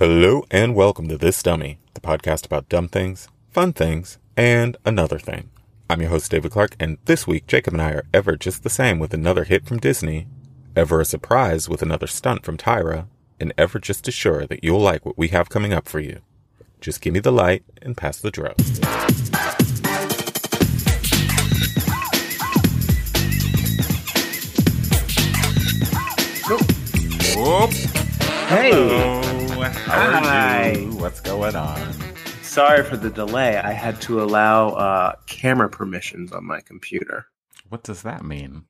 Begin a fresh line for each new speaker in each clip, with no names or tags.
Hello and welcome to This Dummy, the podcast about dumb things, fun things, and another thing. I'm your host, David Clark, and this week, Jacob and I are ever just the same with another hit from Disney, ever a surprise with another stunt from Tyra, and ever just as sure that you'll like what we have coming up for you. Just give me the light and pass the drug. Whoop.
Hey,
Hello. How are
Hi.
you? What's going on?
sorry for the delay. I had to allow uh, camera permissions on my computer.
What does that mean?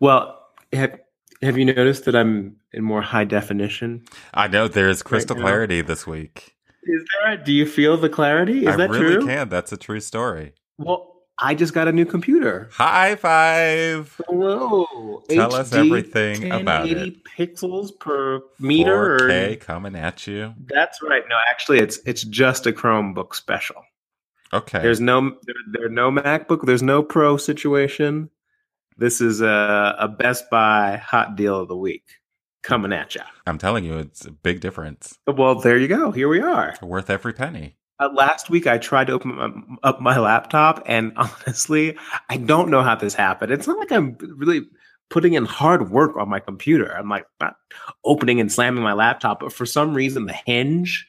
Well, have, have you noticed that I'm in more high definition?
I know there's crystal
now.
clarity this week.
Is there? A, do you feel the clarity? Is
I
that
really
true?
can. That's a true story.
Well, I just got a new computer.
High five.
Hello.
Tell us everything about
1080
it.
pixels per meter. or-
4K coming at you.
that's right. No, actually, it's it's just a Chromebook special.
Okay.
There's no there, there are no MacBook. There's no Pro situation. This is a, a Best Buy hot deal of the week coming at ya.
I'm telling you, it's a big difference.
Well, there you go. Here we are.
Worth every penny.
Uh, last week, I tried to open my, up my laptop, and honestly, I don't know how this happened. It's not like I'm really putting in hard work on my computer. I'm like not opening and slamming my laptop, but for some reason, the hinge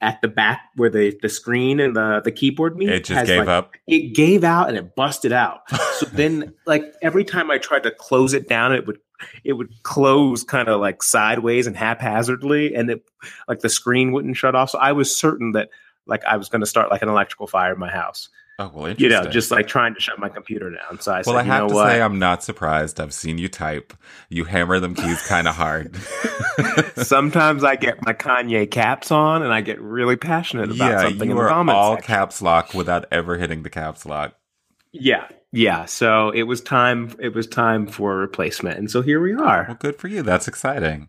at the back where the, the screen and the, the keyboard meet
It just
has,
gave
like,
up.
it gave out and it busted out. So then like every time I tried to close it down, it would it would close kind of like sideways and haphazardly and it like the screen wouldn't shut off. So I was certain that like I was going to start like an electrical fire in my house.
Oh, well,
You
interesting.
know, just like trying to shut my computer down. So I said,
well, I
you
have
know
to
what?
say, I'm not surprised. I've seen you type. You hammer them keys kind of hard.
Sometimes I get my Kanye caps on and I get really passionate about
yeah,
something in
you
the
are
comments.
all
section.
caps lock without ever hitting the caps lock.
yeah. Yeah. So it was time it was time for a replacement. And so here we
Well,
are.
good for you. That's exciting.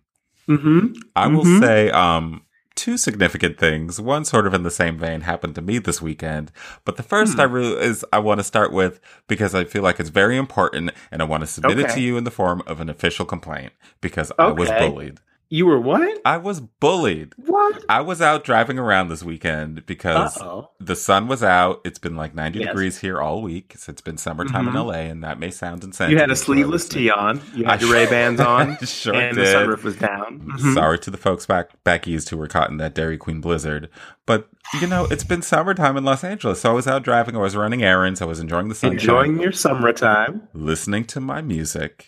Mhm.
I will
Mhm.
say um, two significant things. One sort of in the same vein happened to me this weekend. But the first
Hmm.
I really is I want to start with because I feel like it's very important and I want to submit it
Okay.
to you in the form of an official complaint because I was
Okay.
bullied.
You were what?
I was bullied.
What?
I was out driving around this weekend because
Uh-oh.
the sun was out. It's been like 90
Yes.
degrees here all week. So it's been summertime
Mhm.
in LA and that may sound insane.
You
to
had a
those who are
sleeveless
listening.
tee on. You
I
had your Ray Bans on,
sure
and
did. Mm-hmm.
the sunroof was down. Mhm.
Sorry to the folks back back east who were caught in that Dairy Queen blizzard, but you know it's been summertime in Los Angeles, so I was out driving, I was running errands, I was enjoying the sunshine,
Enjoying your summertime.
listening to my music,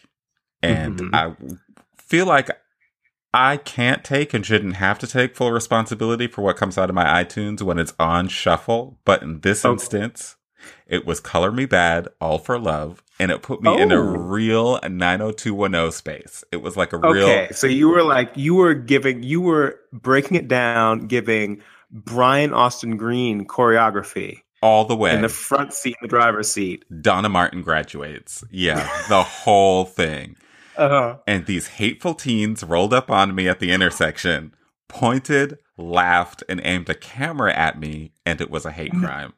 and
Mhm.
I feel like I can't take and shouldn't have to take full responsibility for what comes out of my iTunes when it's on shuffle. But in this
Oh.
instance, it was "Color Me Bad," "All for Love," and it put me in a
Oh.
real 90210 space. It was like a real.
Okay, so you were like you were giving, you were breaking it down, giving Brian Austin Green choreography
all the way.
in the front seat, in the driver's seat.
Donna Martin graduates. Yeah, the whole thing.
Uh-huh.
And these hateful teens rolled up on me at the intersection, pointed, laughed, and aimed a camera at me, and it was a hate crime.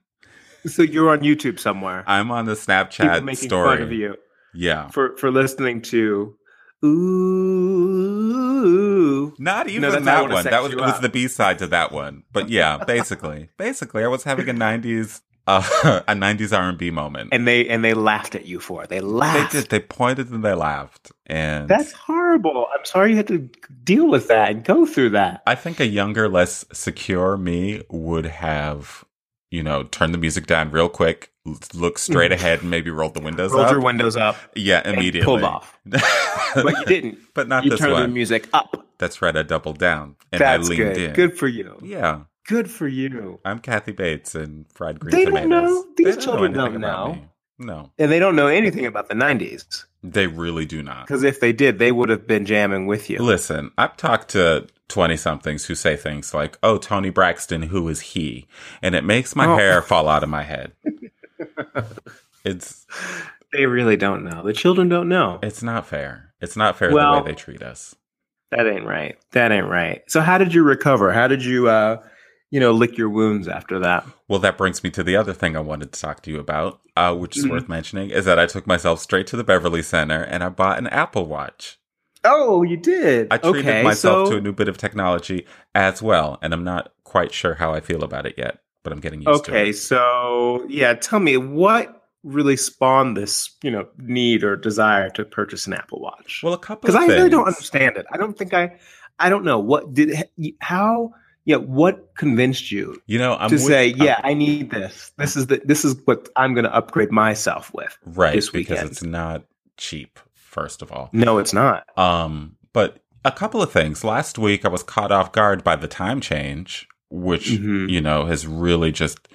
So you're on YouTube somewhere.
I'm on the
People
Snapchat
making
story.
fun of you
Yeah.
for for listening to. Ooh,
Not even
that's not
that
what it
one.
sets
That was,
you
it was
up.
the B side to that one. But yeah, basically, basically, I was having a '90s uh, a '90s R&B moment.
and they and they laughed at you for it. They
they
laughed.
did. They pointed and they laughed. And
That's horrible. I'm sorry you had to deal with that and go through that.
I think a younger, less secure me would have, you know, turned the music down real quick, l- look straight ahead, and maybe rolled the windows
Mm-hmm. Rolled
up.
your windows up
yeah,
and
immediately.
pulled off. But you
but,
didn't.
not
you
this
turned the
one.
music up.
That's right. I doubled down and
That's
I leaned
good.
in.
Good for you.
Yeah,
Good for you.
I'm Kathy Bates and fried green
They
tomatoes.
don't know.
They
These
don't
children
anything
don't
about
know.
me. No,
And they don't know anything about the 90s.
they really do not.
Because if they did, they would have been jamming with you.
Listen, I've talked to 20 somethings who say things like, oh, Tony Braxton, who is he? And it makes my
Oh.
hair fall out of my head. it's
They really don't know. The children don't know.
it's not fair. It's not fair the
Well-
way they treat us.
That ain't right. That ain't right. So how did you recover? How did you uh you know lick your wounds after that?
Well, that brings me to the other thing I wanted to talk to you about, uh, which is
Mhm.
worth mentioning, is that I took myself straight to the Beverly Center and I bought an Apple Watch.
Oh, you did.
I treated
okay,
myself
so,
to a new bit of technology as well, and I'm not quite sure how I feel about it yet, but I'm getting used to
Okay,
it.
so yeah, tell me what really spawned this, you know, need or desire to purchase an Apple Watch?
Well, a couple
Because
of
I really don't
things.
understand it. I don't think I, I don't know what did how yeah what convinced you
You know, I'm
to
with-
say
I'm-
yeah I need this. This is the this is what I'm going to upgrade myself with.
right
this
because
weekend.
it's not cheap. First of all,
No, it's not.
Um, but a couple of things. Last week, I was caught off guard by the time change, which
Mhm.
you know has really just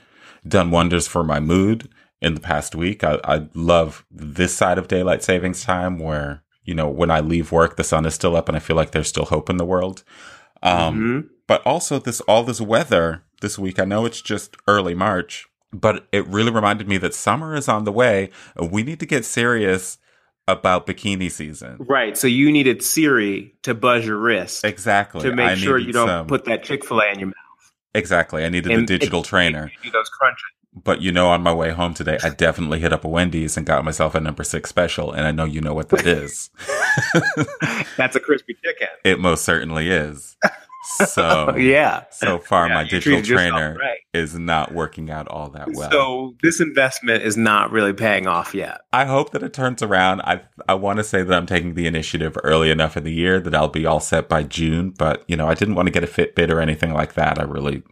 done wonders for my mood in the past week. I, I love this side of daylight savings time, where you know when I leave work, the sun is still up, and I feel like there's still hope in the world. Um,
Mhm.
but also this all this weather this week. I know it's just early March, but it really reminded me that summer is on the way. and We need to get serious about bikini season.
Right. So you needed Siri to buzz your wrist
Exactly.
to make
I
sure
needed
you don't
some-
put that Chick Fil A in your mouth.
Exactly. I needed the
And-
digital trainer.
You do those crunches.
But you know, on my way home today, I definitely hit up a Wendy's and got myself a number six special. And I know you know what that is.
That's a crispy chicken.
it most certainly is. So,
Oh, yeah.
so far,
Yeah,
my
you
digital
treated yourself
trainer
right.
is not working out all that well.
So this investment is not really paying off yet.
I hope that it turns around. I I want to say that I'm taking the initiative early enough in the year that I'll be all set by June, but you know, I didn't want to get a Fitbit or anything like that. I really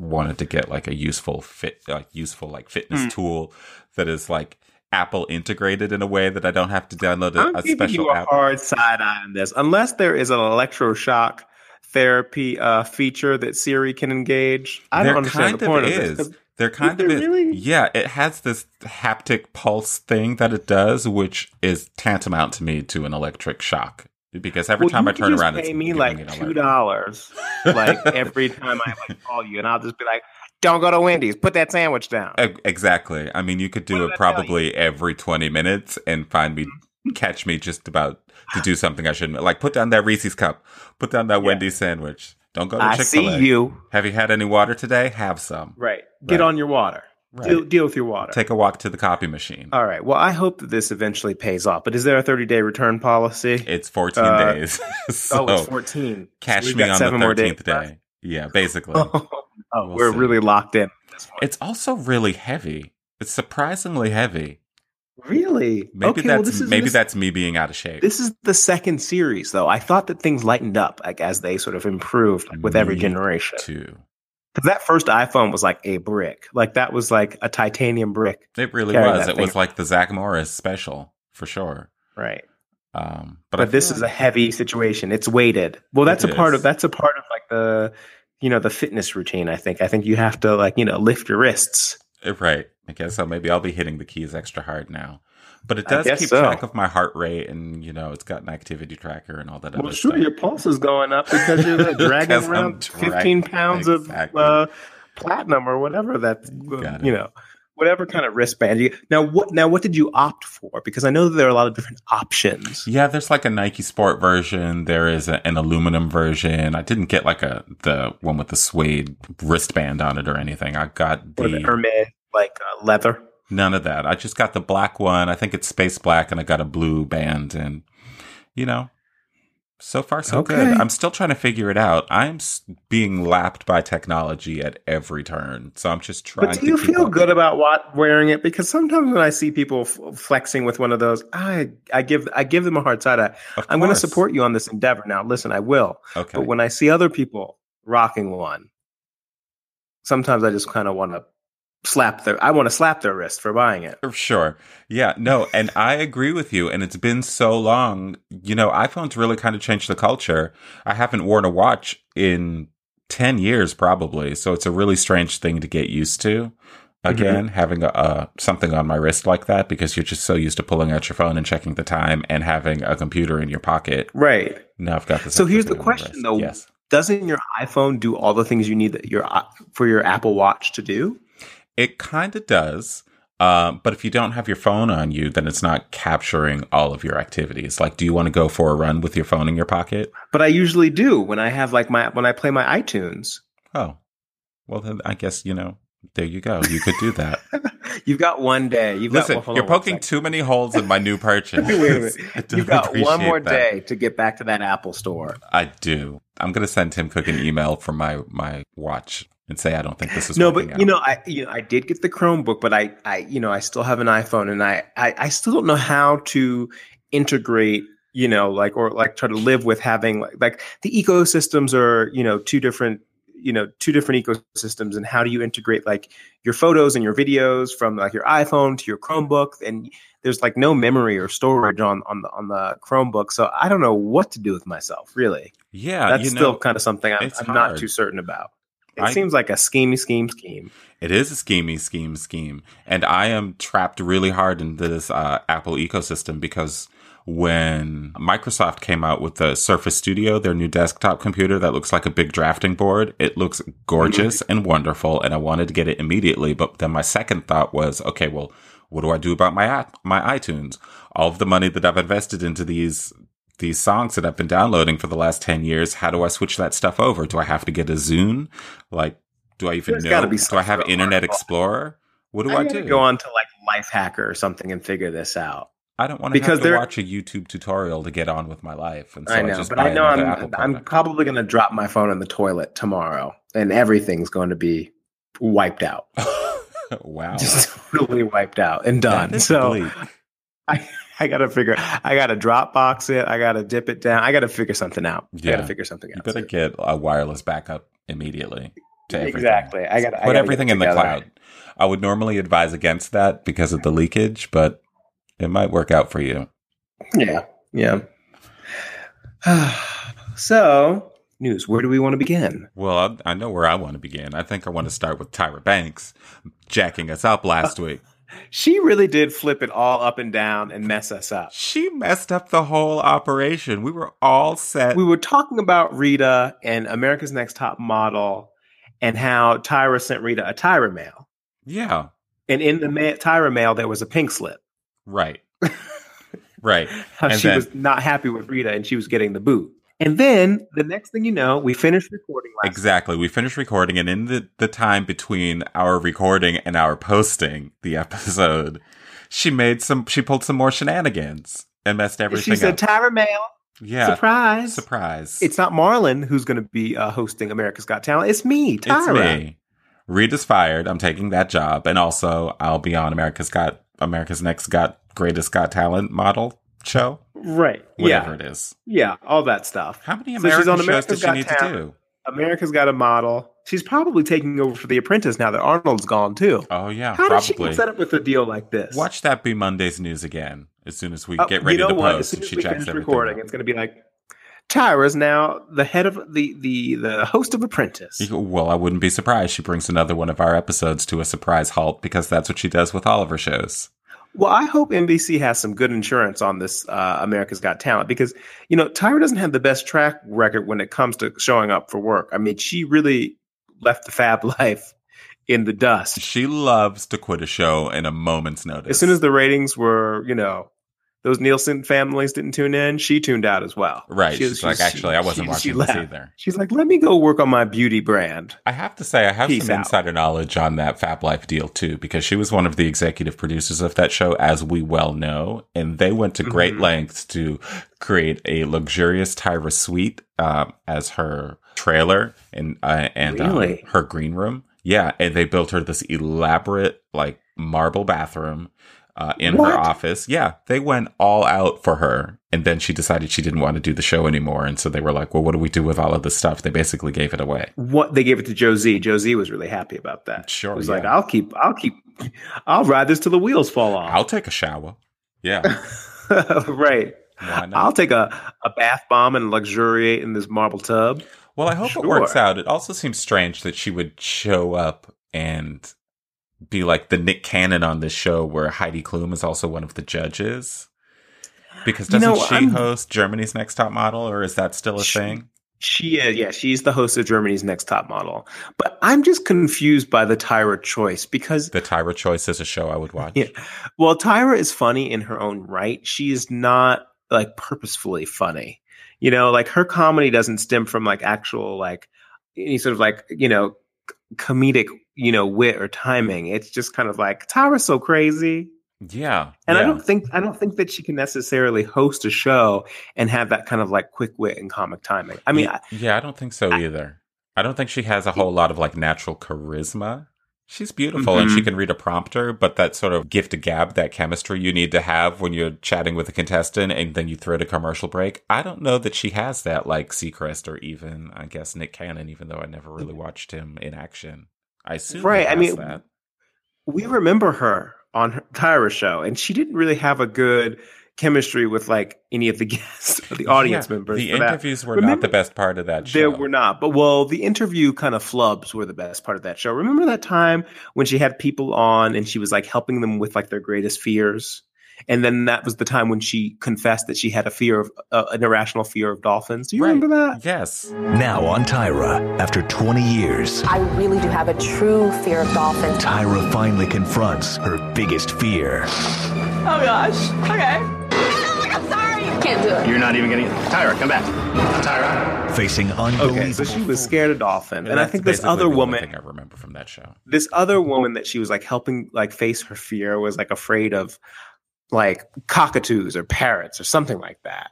wanted to get like a useful fit like useful like fitness
Mm.
tool that is like Apple integrated in a way that I don't have to download
I'm
a, a
giving you
special
a
app.
hard side eye on this, unless there is an electroshock therapy uh, feature that Siri can engage. I
there
don't understand
kind
the point
of
of,
is.
this.
There kind of
there
is.
really?
Yeah, it has this haptic pulse thing that it does, which is tantamount to me to an electric shock. Because every
Well,
time
you
I
could
turn
just
around,
pay
it's
me
giving
like
an alert.
two dollars, like every time I like call you, and I'll just be like, "Don't go to Wendy's. Put that sandwich down."
E- Exactly. I mean, you could
What
do
did
it
I tell you?
probably every 20 minutes and find me, catch me just about to do something I shouldn't. Like, put down that Reese's cup, put down that
Yeah.
Wendy's sandwich. Don't go to
I
Chick
see
fil A.
you.
Have you had any water today? Have some.
Right. Get
Right.
on your water.
Right.
Deal, deal with your water.
Take a walk to the copy machine.
All right. Well, I hope that this eventually pays off. But is there a 30 day return policy?
It's 14
uh,
days.
oh, it's
so,
14.
catch
We've
me
got
on the
seven more
13th
days
day.
left.
Yeah, basically.
Oh,
We'll
we're
see.
really locked in. at this point.
It's also really heavy. It's surprisingly heavy.
Really?
Maybe
okay,
that's
well, this is,
maybe
this,
that's me being out of shape.
This is the second series, though. I thought that things lightened up like as they sort of improved like, with every
Me
generation.
too.
Because that first iPhone was like a brick, like that was like a titanium brick,
It really
carry
was.
that
It
thing
was like the Zach Morris special for sure.
right?
Um, but
But,
I
this
feel
is a
like-
heavy situation. It's weighted. Well, that's
It
a part
is.
of that's a part of like the you know the fitness routine. I think. I think you have to like you know lift your wrists.
right. Okay, so maybe I'll be hitting the keys extra hard now. But it
I
does
guess
keep
so.
track of my heart rate, and you know, it's got an activity tracker and all that other stuff.
pulse is going up
because you're, like, dragging 'Cause I'm around dragging- 15
fifteen
pounds
pounds
of, Exactly. uh,
of platinum or whatever that
You got
you
it.
know whatever kind of wristband you now what now what did you opt for because i know that there are a lot of different options
Yeah, there's like a Nike Sport version. There is a, an aluminum version. I didn't get like a the one with the suede wristband on it or anything. I got
or the
the
hermes like uh, leather
none of that. I just got the black one. I think it's space black, and I got a blue band, and you know, so far so
Okay.
good. I'm still trying to figure it out. I'm s- being lapped by technology at every turn, so I'm just trying.
but
to
do you
keep
feel
up.
good about what wearing it because sometimes when i see people f- flexing with one of those i i give i give them a hard side eye
Of
i'm going to
course.
support you on this endeavor now listen i will
Okay,
but when i see other people rocking one sometimes i just kind of want to slap their i want to slap their wrist for buying it
Sure. Yeah, no, and I agree with you. And it's been so long. You know, iPhones really kind of changed the culture. I haven't worn a watch in 10 years, probably. So it's a really strange thing to get used to.
Mm-hmm.
Again, having a, uh, something on my wrist like that because you're just so used to pulling out your phone and checking the time and having a computer in your pocket.
right
Now I've got this.
So
other
here's
thing
the
on my
question,
wrist.
though.
Yes.
doesn't your iPhone do all the things you need that your uh, for your Apple Watch to do?
It kind of does. Um, but if you don't have your phone on you, then it's not capturing all of your activities. Like, do you want to go for a run with your phone in your pocket?
But I usually do when I have like my when I play my iTunes.
Oh, well, then I guess, you know, there you go. You could do that.
You've got one day. You've
Listen,
got, hold
you're
on one
poking
second.
too many holes in my new purchase.
Wait a minute.
I don't
You've got one
appreciate
more
that.
day to get back to that Apple store.
I do. I'm gonna send Tim Cook an email from my my watch and say I don't think this is
no,
working
but you
out."
know, I you know, I did get the Chromebook, but I I you know, I still have an iPhone, and I I, I still don't know how to integrate you know like or like try to live with having like, like the ecosystems are you know two different you know two different ecosystems and how do you integrate like your photos and your videos from like your iphone to your chromebook and there's like no memory or storage on on the on the chromebook so i don't know what to do with myself really
yeah,
that's
Uh, you know,
still kind of something i'm,
it's
I'm not
hard.
too certain about it
I-
seems like a schemey scheme scheme
It is a schemey scheme scheme. And I am trapped really hard into this uh, Apple ecosystem because when Microsoft came out with the Surface Studio, their new desktop computer that looks like a big drafting board, it looks gorgeous and wonderful. And I wanted to get it immediately. But then my second thought was, okay, well, what do I do about my app, my iTunes? All of the money that I've invested into these these songs that I've been downloading for the last 10 years, how do I switch that stuff over? Do I have to get a Zune? Like, do I even
There's
know?
gotta be
Do I have
software
Internet
available.
Explorer? What do
I
I,
gotta
do?
go on to like Lifehacker or something and figure this out.
I don't want to have
because
to
there-
watch a YouTube tutorial to get on with my life. And so I,
I know,
just
but
buy
I know
another Apple
I'm I'm
product.
probably gonna drop my phone in the toilet tomorrow, and everything's going to be wiped out,
Oh, wow.
just totally wiped out and
That
done.
is
So
bleak.
I I gotta figure. I gotta Dropbox it. I gotta dip it down. I gotta figure something out. I
Yeah.
gotta figure something
you
out.
better get a wireless backup immediately to everything.
exactly. I gotta
Put
I gotta
everything
get it
in the
together.
cloud. I would normally advise against that because of the leakage, but it might work out for you.
Yeah, yeah. so news. Where do we want to begin?
Well, I, I know where I want to begin. I think I want to start with Tyra Banks jacking us up last week.
She really did flip it all up and down and mess us up.
She messed up the whole operation. We were all set.
we were talking about Rita and America's Next Top Model and how Tyra sent Rita a Tyra mail.
yeah,
And in the ma- Tyra mail, there was a pink slip.
right. right.
How
And
she
then-
was not happy with Rita and she was getting the boot. And then the next thing you know, we finished recording last
Exactly. We finished recording, and in the, the time between our recording and our posting the episode, she made some, she pulled some more shenanigans and messed
night.
everything
She said,
up.
Tyra mail,
yeah.
surprise.
Surprise.
It's not Marlon who's going to be uh, hosting America's Got Talent. It's me, Tyra.
It's me. Rita's fired. I'm taking that job, and also I'll be on America's Got America's Next Got Greatest Got Talent model show,
Right.
whatever
Yeah.
it is.
Yeah. All that stuff.
How many
So she's
American
on
shows
America's
does she
Got
need to do?
Talent. America's Got a Model. She's probably taking over for The Apprentice now that Arnold's gone too.
Oh yeah,
How did she
probably.
get set up with a deal like this?
Watch that be Monday's news again. As soon as we
Uh,
get ready to
what?
post,
As soon
and
as
she
we
checks
finish
everything.
recording,
out.
it's going to be like Tyra's now the head of the the the host of Apprentice.
You go, Well, I wouldn't be surprised. She brings another one of our episodes to a surprise halt because that's what she does with all of her shows.
Well, I hope NBC has some good insurance on this uh, America's Got Talent because you know Tyra doesn't have the best track record when it comes to showing up for work. I mean, she really left the Fab life in the dust.
She loves to quit a show in a moment's notice.
As soon as the ratings were, you know, those Nielsen families didn't tune in, she tuned out as well.
right,
She-
she's
she-
like,
she-
actually, I wasn't
she-
watching this
she left.
either.
She's like, let me go work on my beauty brand.
I have to say, I have
Peace
some
out.
insider knowledge on that Fab Life deal too, because she was one of the executive producers of that show, as we well know. And they went to great
Mhm.
lengths to create a luxurious Tyra suite um, as her trailer and uh, and um,
Really?
her green room. Yeah, and they built her this elaborate like marble bathroom uh, in
What?
her office. Yeah, they went all out for her. And then she decided she didn't want to do the show anymore. And so they were like, well, what do we do with all of this stuff? They basically gave it away.
What they gave it to Josie. Josie was really happy about that.
Sure,
She was
yeah.
like, I'll keep, I'll keep, I'll ride this till the wheels fall
I'll
off.
take a shower. Yeah.
right.
Why not?
I'll take a, a bath bomb and luxuriate in this marble tub.
well, I hope it
Sure.
works out. It also seems strange that she would show up and be like the Nick Cannon on this show where Heidi Klum is also one of the judges. Because
You
doesn't
know,
she
I'm-
host Germany's Next Top Model or is that still a
She-
thing?
She is, yeah, she's the host of Germany's Next Top Model. But I'm just confused by the Tyra choice because
The Tyra Choice is a show I would watch.
Yeah. Well, Tyra is funny in her own right. She is not like purposefully funny. You know, like her comedy doesn't stem from like actual like any sort of like, you know, comedic, you know, wit or timing. It's just kind of like Tara's so crazy.
Yeah.
And I
yeah.
don't think I don't think that she can necessarily host a show and have that kind of like quick wit and comic timing. I mean,
yeah, yeah, I don't think so either. I don't think she has a whole lot of like natural charisma. She's beautiful and she
Mhm.
can read a prompter, but that sort of gift gab, that chemistry you need to have when you're chatting with a contestant and then you throw it a commercial break. I don't know that she has that like Seacrest or even, I guess, Nick Cannon, even though I never really watched him in action. I assume. he
Mm-hmm. Right, I
has
mean,
that.
we remember her on her Tyra show, and she didn't really have a good chemistry with like any of the guests or the audience
Yeah,
members.
The
for that.
interviews were not
Remember-
the best part of that show.
There were not, but well, the interview kind of flubs were the best part of that show. Remember that time when she had people on and she was like helping them with like their greatest fears, and then that was the time when she confessed that she had a fear of uh, an irrational fear of dolphins. Do you
Right.
remember that?
Yes.
Now on Tyra, after 20 years,
I really do have a true fear of dolphins.
Tyra finally confronts her biggest fear.
Oh gosh. Okay.
I'm sorry. Can't do it.
You're not even getting Tyra, come back. Tyra.
Facing unbelievable.
Okay, so she was scared of dolphins, and I
that's
think this
basically the
other
only
woman
thing I remember from that show.
this other woman that she was like helping like face her fear was like afraid of like cockatoos or parrots or something like that.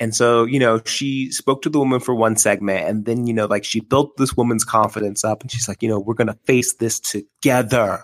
And so, you know, she spoke to the woman for one segment and then, you know, like she built this woman's confidence up and she's like, you know, we're going to face this together.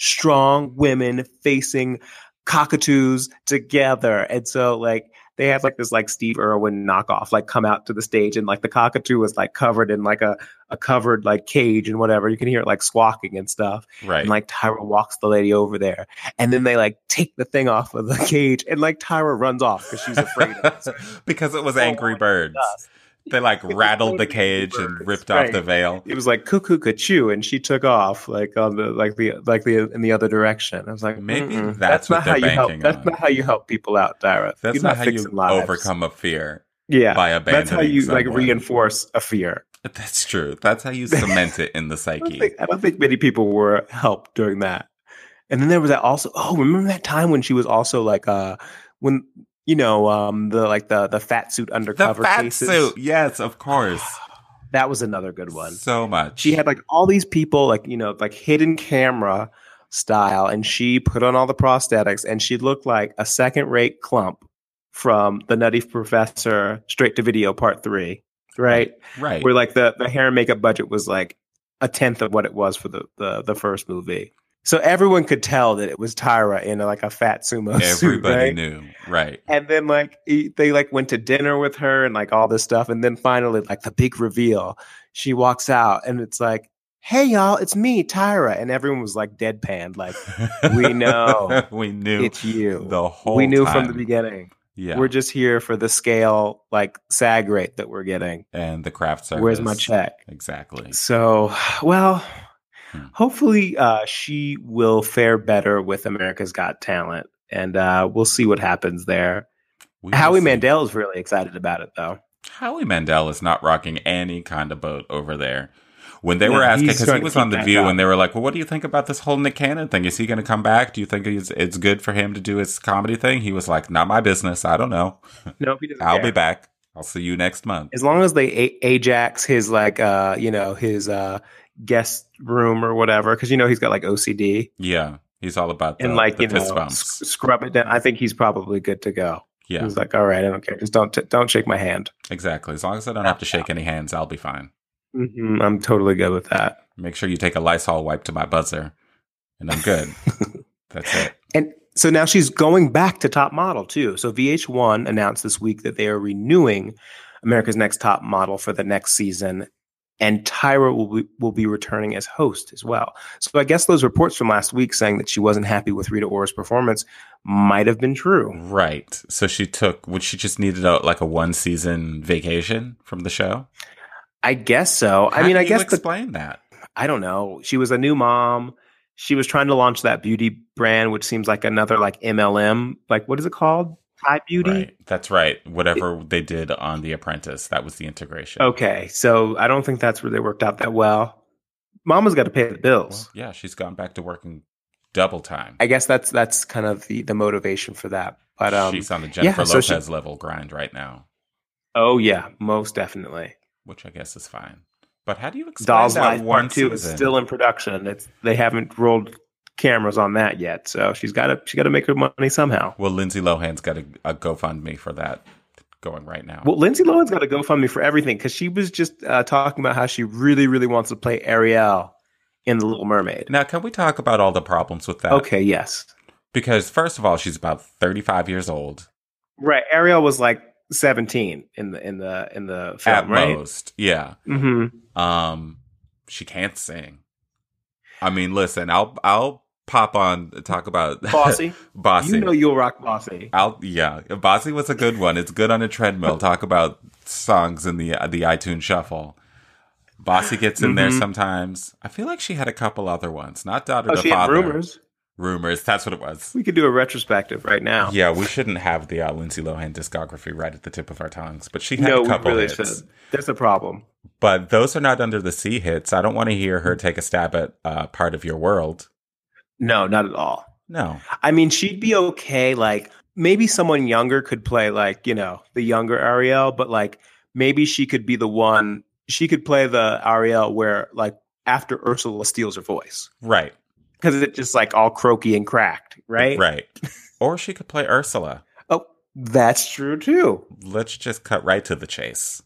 Strong women facing cockatoos together. And so, like, they had like this like Steve Irwin knockoff, like come out to the stage and like the cockatoo was like covered in like a, a covered like cage and whatever. You can hear it like squawking and stuff.
Right.
And like Tyra walks the lady over there. And then they like take the thing off of the cage and like Tyra runs off because she's afraid of it. So
because it was
Full
Angry
on
Birds.
dust.
They like
It was
rattled the
totally
cage
Angry
and
Birds,
ripped off
right.
the veil.
It was like cuckoo cuckoo, and she took off like on the like the like the in the other direction. I was like,
Maybe
"Mm-mm,
that's what
not
they're
how you help.
banking
That's
on."
not how you help people out, Tyra.
That's
You're
not, how you
fixing lives.
overcome a fear.
Yeah,
by abandoning
that's how you like
someone.
reinforce a fear.
That's true. That's how you cement it in the
I don't,
psyche.
think, I don't think many people were helped during that. And then there was that also. Oh, remember that time when she was also like uh when you know um the like the the fat suit
The
undercover
fat
cases.
suit. Yes, of course.
That was another good one.
So much.
she had like all these people like you know like hidden camera style and she put on all the prosthetics and she looked like a second rate clump from the nutty professor straight to video part three right
right.
where like the, the hair and makeup budget was like a tenth of what it was for the, the the first movie so everyone could tell that it was tyra in like a fat sumo suit
Everybody
right?
knew. Right.
and then like e- they like went to dinner with her and like all this stuff and then finally like the big reveal she walks out and it's like hey y'all it's me tyra and everyone was like deadpanned like We know.
we knew.
it's you
The whole
we knew from
time.
the beginning
Yeah.
we're just here for the scale like sag rate that we're getting
and the craft service.
where's my check
Exactly.
so well
Hmm.
hopefully uh, she will fare better with america's got talent and uh, we'll see what happens there
We
howie
will see.
mandel is really excited about it though
Howie Mandel is not rocking any kind of boat over there. When they
No,
were asking,
he's
because he
starting to
was on
keep
The
that
View,
up.
and they were like, "Well, what do you think about this whole Nick Cannon thing? Is he going to come back? Do you think it's, it's good for him to do his comedy thing?" He was like, "Not my business. I don't know.
nope he doesn't
I'll
care.
be back. I'll see you next month."
as long as they a- ajax his like uh you know his uh guest room or whatever because you know he's got like ocd
Yeah, he's all about the,
and like
Oh, the
you
fist
know
bumps.
s- scrub it down i think he's probably good to go
Yeah,
he's like all right i don't care just don't t- don't shake my hand
exactly. As long as I don't have to shake any hands, I'll be fine.
Mhm, i'm totally good with that
Make sure you take a Lysol wipe to my buzzer, and I'm good. That's it.
and so now she's going back to top model too so vh1 announced this week that they are renewing america's next top model for the next season and Tyra will be, will be returning as host as well. So I guess those reports from last week saying that she wasn't happy with Rita Ora's performance might have been true.
Right. So she took. Would she just needed a, like a one season vacation from the show?
I guess so. I
How
mean,
do
I
you
guess the,
explain that.
I don't know. She was a new mom. She was trying to launch that beauty brand, which seems like another like MLM. Like what is it called? Thai Beauty.
Right. That's right. Whatever they did on The Apprentice, that was the integration.
Okay, so I don't think that's really worked out that well. Mama's got to pay the bills.
Well, yeah, she's gone back to working double time.
I guess that's that's kind of the the motivation for that. But um,
she's on the Jennifer
yeah, so
Lopez
she-
level grind right now,
oh yeah, most definitely.
which I guess is fine. But how do you explain
Dolls
that
Life
one
Part Two is
season?
still in production. It's they haven't rolled cameras on that yet, so she's got to she got to make her money somehow.
Well, Lindsay Lohan's got a, a GoFundMe for that going right now.
Well, Lindsay Lohan's got a GoFundMe for everything because she was just uh, talking about how she really, really wants to play Ariel in The Little Mermaid.
now, can we talk about all the problems with that?
Okay, yes,
Because first of all, she's about 35 years old
right. Ariel was like seventeen in the in the in the film,
at
right?
most. Yeah.
hmm
Um, she can't sing. I mean, listen, I'll I'll pop on and talk about
Bossy,
Bossy.
you know you'll rock Bossy.
I'll, yeah, Bossy was a good one. It's good on a treadmill. Talk about songs in the the iTunes shuffle. Bossy gets in there sometimes. I feel like she had a couple other ones, not daughter
Mm-hmm.
to
Oh, she had
father.
rumors.
Rumors. That's what it was.
We could do a retrospective right now.
Yeah, we shouldn't have the uh, Lindsay Lohan discography right at the tip of our tongues, but she had
no,
a
we
couple
really
hits.
should. That's a problem.
But those are not under the sea hits. I don't want to hear
Mm-hmm.
her take a stab at uh, part of your world.
No, not at all.
No.
I mean, she'd be okay. Like maybe someone younger could play like you know the younger Ariel, but like maybe she could be the one. She could play the Ariel where like after Ursula steals her voice
Right.
because it's just like all croaky and cracked, right?
Right. or she could play Ursula.
Oh, that's true too.
Let's just cut right to the chase.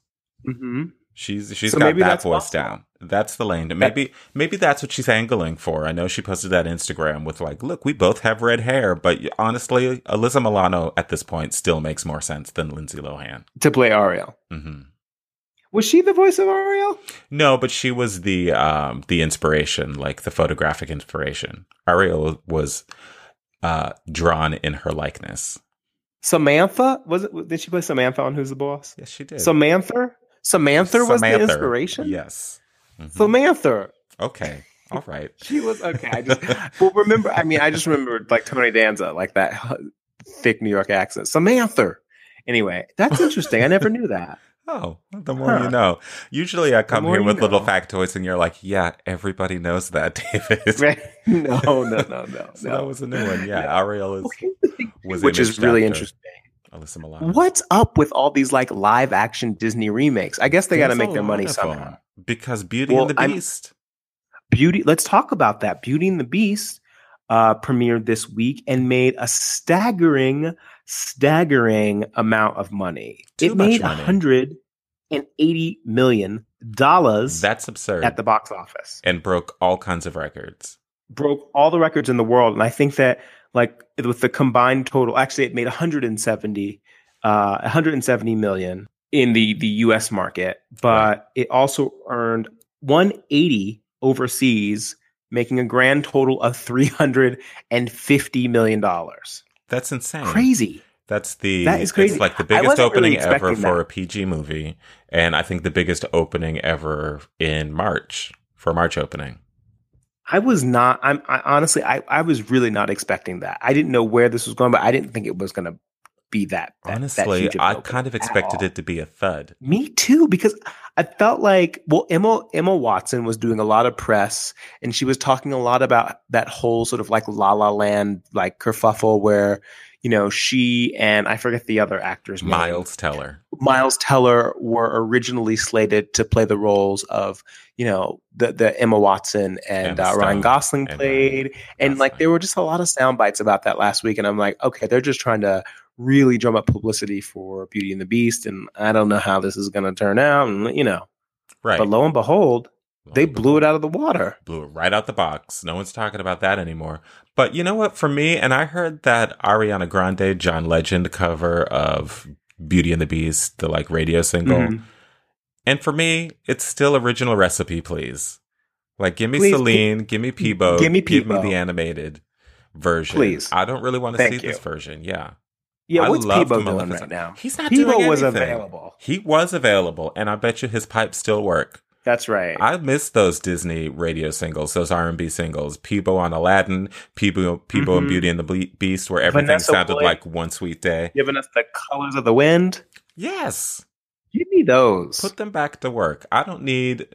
hmm
She's she's
So
got
maybe
that
that's
voice
possible.
down. That's the lane. Maybe maybe that's what she's angling for. I know she posted that Instagram with like, look, we both have red hair, but honestly, Alyssa Milano at this point still makes more sense than Lindsay Lohan.
To play Ariel,
hmm
was she the voice of Ariel?
No, but she was the um, the inspiration, like the photographic inspiration. Ariel was uh, drawn in her likeness.
Samantha was it? Did she play Samantha on Who's the Boss?
Yes, she did.
Samantha. Samantha was the inspiration.
Yes. Mhm.
Samantha.
okay. All right.
She was okay. I just well remember. I mean, I just remembered like Tony Danza, like that thick New York accent. Samantha. Anyway, that's interesting. I never knew that.
Oh, the more
Huh.
you know. Usually I come
more
here
you
with little
know.
factoids and you're like, yeah, everybody knows that, David.
Right? No, no, no, no,
so that
no.
was a new one. Yeah, Ariel is,
Well, here's the thing,
was
which is
imaged
really
after
interesting.
Alyssa Milano.
What's up with all these like live action Disney remakes? I guess they got to
There's
make
a
their money
lot of 'em.
somehow.
Because Beauty
Well,
and the
I'm-
Beast.
Beauty. Let's talk about that. Beauty and the Beast uh, premiered this week and made a staggering, staggering amount of money.
Too
it
much
made
money.
hundred and eighty million dollars
That's absurd.
at the box office.
and broke all kinds of records.
Broke all the records in the world, and I think that like with the combined total, actually, it made one hundred and seventy, uh, one hundred and seventy million in the the U.S. market, but
Right.
it also earned one eighty overseas, making a grand total of three hundred and fifty million dollars.
That's insane.
Crazy.
That's the
That is
It's
crazy.
like the
I
biggest
wasn't
opening
really
ever
expecting
for
that.
a PG movie, and I think the biggest opening ever in March for a March opening.
I was not. I'm I, honestly, I, I was really not expecting that. I didn't know where this was going, but I didn't think it was going to be that. that- that
Honestly,
huge of an
I
opening
kind of
at
expected
all.
it to be a thud.
Me too, because I felt like well, Emma Emma Watson was doing a lot of press, and she was talking a lot about that whole sort of like La La Land like kerfuffle where you know she and I forget the other actor's name.
Miles Teller.
Miles Teller were originally slated to play the roles of, you know, the the Emma Watson and
Emma
uh, Ryan
Stone
Gosling
and
played, and like there were just a lot of sound bites about that last week, and I'm like, okay, they're just trying to really drum up publicity for Beauty and the Beast, and I don't know how this is going to turn out, and you know,
Right.
but lo and behold, they blew it out of the water.
blew it right out the box. No one's talking about that anymore. But you know what? For me, and I heard that Ariana Grande, John Legend cover of Beauty and the Beast, the like radio single.
Mhm.
And for me, it's still original recipe, please. Like, give me
Please,
Celine, give me Peebo,
give me
give me
Peebo.
the animated version.
Please.
I don't really want to
Thank
see this
you.
version. Yeah.
Yeah,
I
what's
love
Peebo doing
Maleficent.
right now?
He's not
Peebo
doing
was
anything.
available.
He was available, and I bet you his pipes still work.
That's right.
I miss those Disney radio singles, those R and B singles. Peebo on Aladdin, Peebo, Peebo and
Mhm.
Beauty and the Ble- Beast, where everything
Vanessa
sounded
Blake.
like one sweet day.
Giving us the colors of the wind.
Yes,
Give me those.
put them back to work. I don't need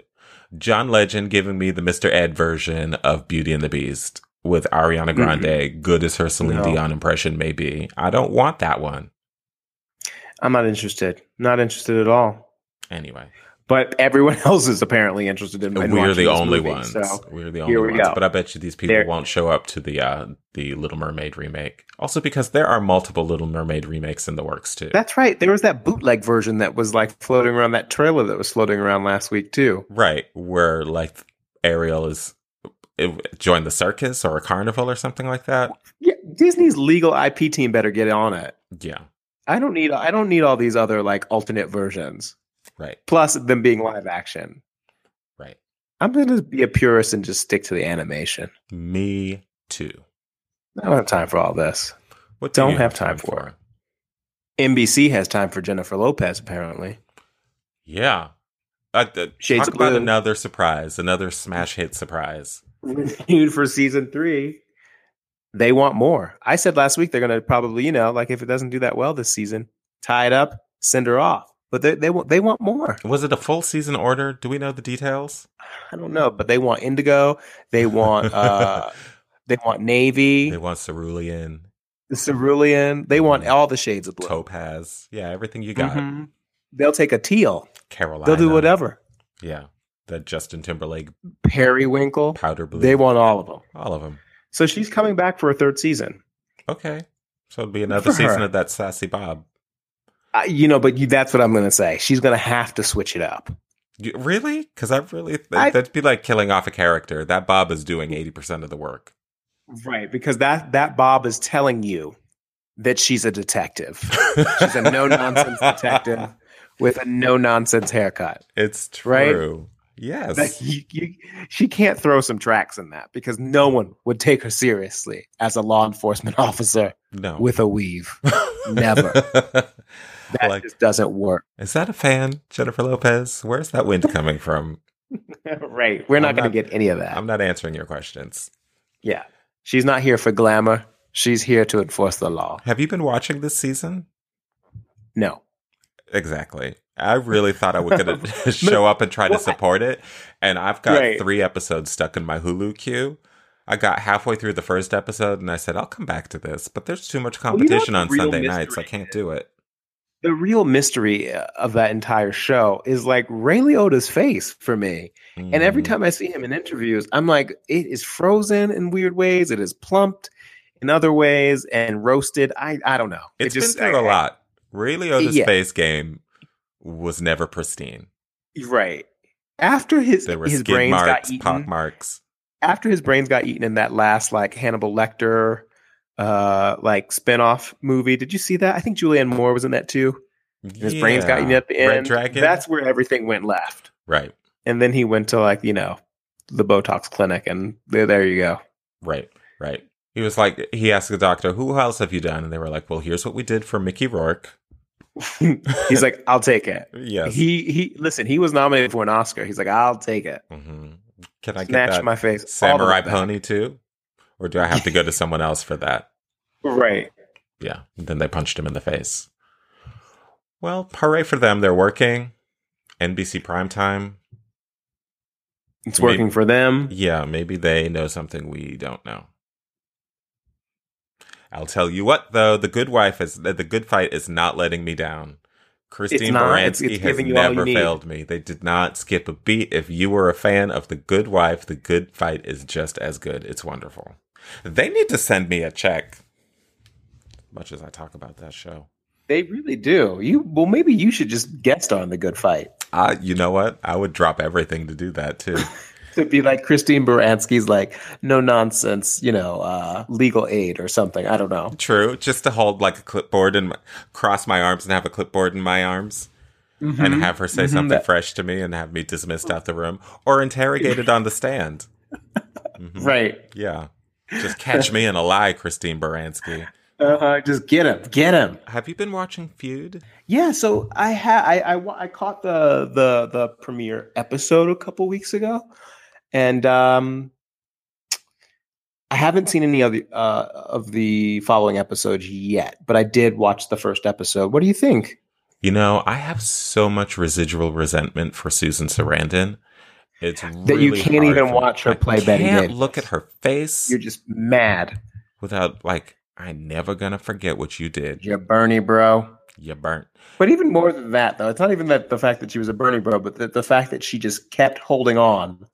John Legend giving me the Mr. Ed version of Beauty and the Beast with Ariana Grande, good as her Celine
No.
Dion impression may be. I don't want that one
I'm not interested. Not interested at all.
anyway.
but everyone else is apparently interested in. in
We're
watching
the
this
only
movie,
ones.
So
We're the
here
only
we
ones.
go.
But I bet you these people
There-
won't show up to the uh, the Little Mermaid remake. Also because there are multiple Little Mermaid remakes in the works too.
that's right. There was that bootleg version that was like floating around that trailer that was floating around last week too.
right, where like Ariel is it, joined the circus or a carnival or something like that.
Yeah, Disney's legal IP team better get on it.
Yeah,
I don't need I don't need all these other like alternate versions.
right,
Plus them being live action.
right.
I'm gonna be a purist and just stick to the animation.
Me too.
I don't have time for all this.
What do
Don't
you
have time for it. NBC has time for Jennifer Lopez apparently.
Yeah. Uh, th-
Shades
talk
of
about
Blue.
another surprise, another smash hit surprise.
Renewed for season three. They want more. I said last week they're gonna probably you know like if it doesn't do that well this season, tie it up, send her off. But they they want they want more.
Was it a full season order? Do we know the details?
I don't know, but they want indigo. They want uh, they want navy,
They want cerulean,
cerulean. They want all the shades of blue.
topaz. Yeah, everything you got.
Mhm. They'll take a teal.
Carolina.
They'll do whatever.
Yeah. The Justin Timberlake
Periwinkle.
powder blue.
They want all of them.
all of them.
So she's coming back for a third season.
Okay. So it'd be another
for
season
her.
of that sassy Bob.
I, you know, but you, that's what I'm going to say. She's going to have to switch it up.
You, really? Because I really th-
I-
that'd be like killing off a character. That Bob is doing eighty percent of the work.
Right, because that that Bob is telling you that she's a detective. she's a no nonsense detective with a no nonsense haircut.
It's
Right?
true. Yes.
Like, you, you, she can't throw some tracks in that because no one would take her seriously as a law enforcement officer
no.
with a weave. never. That
like,
just doesn't work.
is that a fan, Jennifer Lopez? Where's that wind coming from?
right. We're not
I'm
going
not-
to get any of that.
I'm not answering your questions.
yeah. She's not here for glamour. She's here to enforce the law.
Have you been watching this season?
No.
Exactly. I really thought I would going to show up and try to support it. And I've got
Right.
three episodes stuck in my Hulu queue. I got halfway through the first episode and I said, I'll come back to this, but there's too much
you know what
competition
the
on
real
Sunday nights. I
mystery
can't
is?
do it.
The real mystery uh, of that entire show is like Ray Liotta's face for me. And every
Mm.
time I see him in interviews, I'm like, it is frozen in weird ways. It is plumped in other ways and roasted. I, I don't know. It
it's been through a
I-
lot. Ray Liotta's
Yeah.
face game was never pristine.
Right. After his
There were
his
skid
brains
marks,
got eaten.
pock marks.
After his brains got eaten in that last like Hannibal Lecter uh like spin-off movie. Did you see that? I think Julianne Moore was in that too. His brains got eaten at the end.
Red Dragon.
That's where everything went left.
right,
And then he went to like, you know, the Botox clinic and there, there you go.
right, right. He was like, he asked the doctor, "Who else have you done?" And they were like, "Well, here's what we did for Mickey Rourke."
He's like, I'll take it.
Yes.
He he listen, he was nominated for an Oscar. He's like, I'll take it.
hmm Can I get
Snatch
that
my face. all the
samurai
way back.
pony too, or do I have to go to someone else for that?
Right.
Yeah. Then they punched him in the face. Well, hooray for them! They're working. NBC primetime.
It's
Maybe-
working for them.
Yeah, maybe they know something we don't know. I'll tell you what, though, the good wife is the good fight is not letting me down. Christine
not.
Baranski
It's- it's
has
giving you all you
never
need.
failed me. They did not skip a beat. If you were a fan of the good wife, the good fight is just as good. It's wonderful. They need to send me a check. Much as I talk about that show,
They really do. You well, maybe you should just guest on the good fight
I you know what? I would drop everything to do that too.
to be like Christine Baranski's, like no nonsense, you know, uh, legal aid or something. I don't know.
True, just to hold like a clipboard and my, cross my arms and have a clipboard in my arms
Mm-hmm.
and have her say something fresh to me and have me dismissed out the room or interrogated on the stand. Mm-hmm.
Right.
Yeah. Just catch me in a lie, Christine Baranski.
Uh-huh. Just get him. Get him.
Have you been watching Feud?
Yeah. So I had I, I wa- I caught the the the premiere episode a couple weeks ago, and um, I haven't seen any of the uh, of the following episodes yet, but I did watch the first episode. What do you think?
You know, I have so much residual resentment for Susan Sarandon. It's
That you
really
can't
hard
even
for me.
watch her
I
play Betty
can't
Davis.
look at her face
You're just mad.
without like I'm never gonna forget what you did.
You're Bernie, bro.
you burnt.
But even more than that, though, it's not even that the fact that she was a Bernie bro, but the, the fact that she just kept holding on.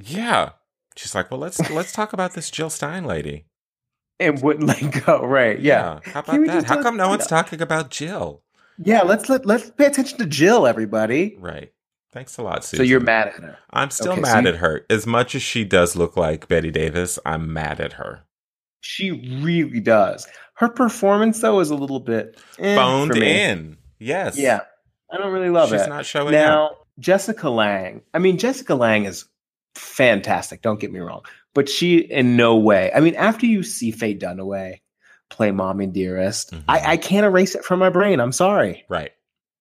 Yeah. She's like, well, let's let's talk about this Jill Stein lady.
and wouldn't let go. Right? Yeah.
How
Can
about
we
that?
just
How
talk-
come no one's talking about Jill?
Yeah. Let's let let's pay attention to Jill, everybody.
Right. Thanks a lot, Susan.
So you're mad at her.
I'm still
Okay, so
mad
you-
at her. As much as she does look like Betty Davis, I'm mad at her.
She really does. Her performance though is a little bit eh,
Boned
for me.
in. Yes.
Yeah. I don't really love
She's
it.
not showing
now,
up.
Jessica Lang. I mean, Jessica Lang is fantastic. Don't get me wrong, but she in no way. I mean, after you see Faye Dunaway play "Mommy Dearest,"
Mhm.
I, I can't erase it from my brain. I'm sorry.
Right.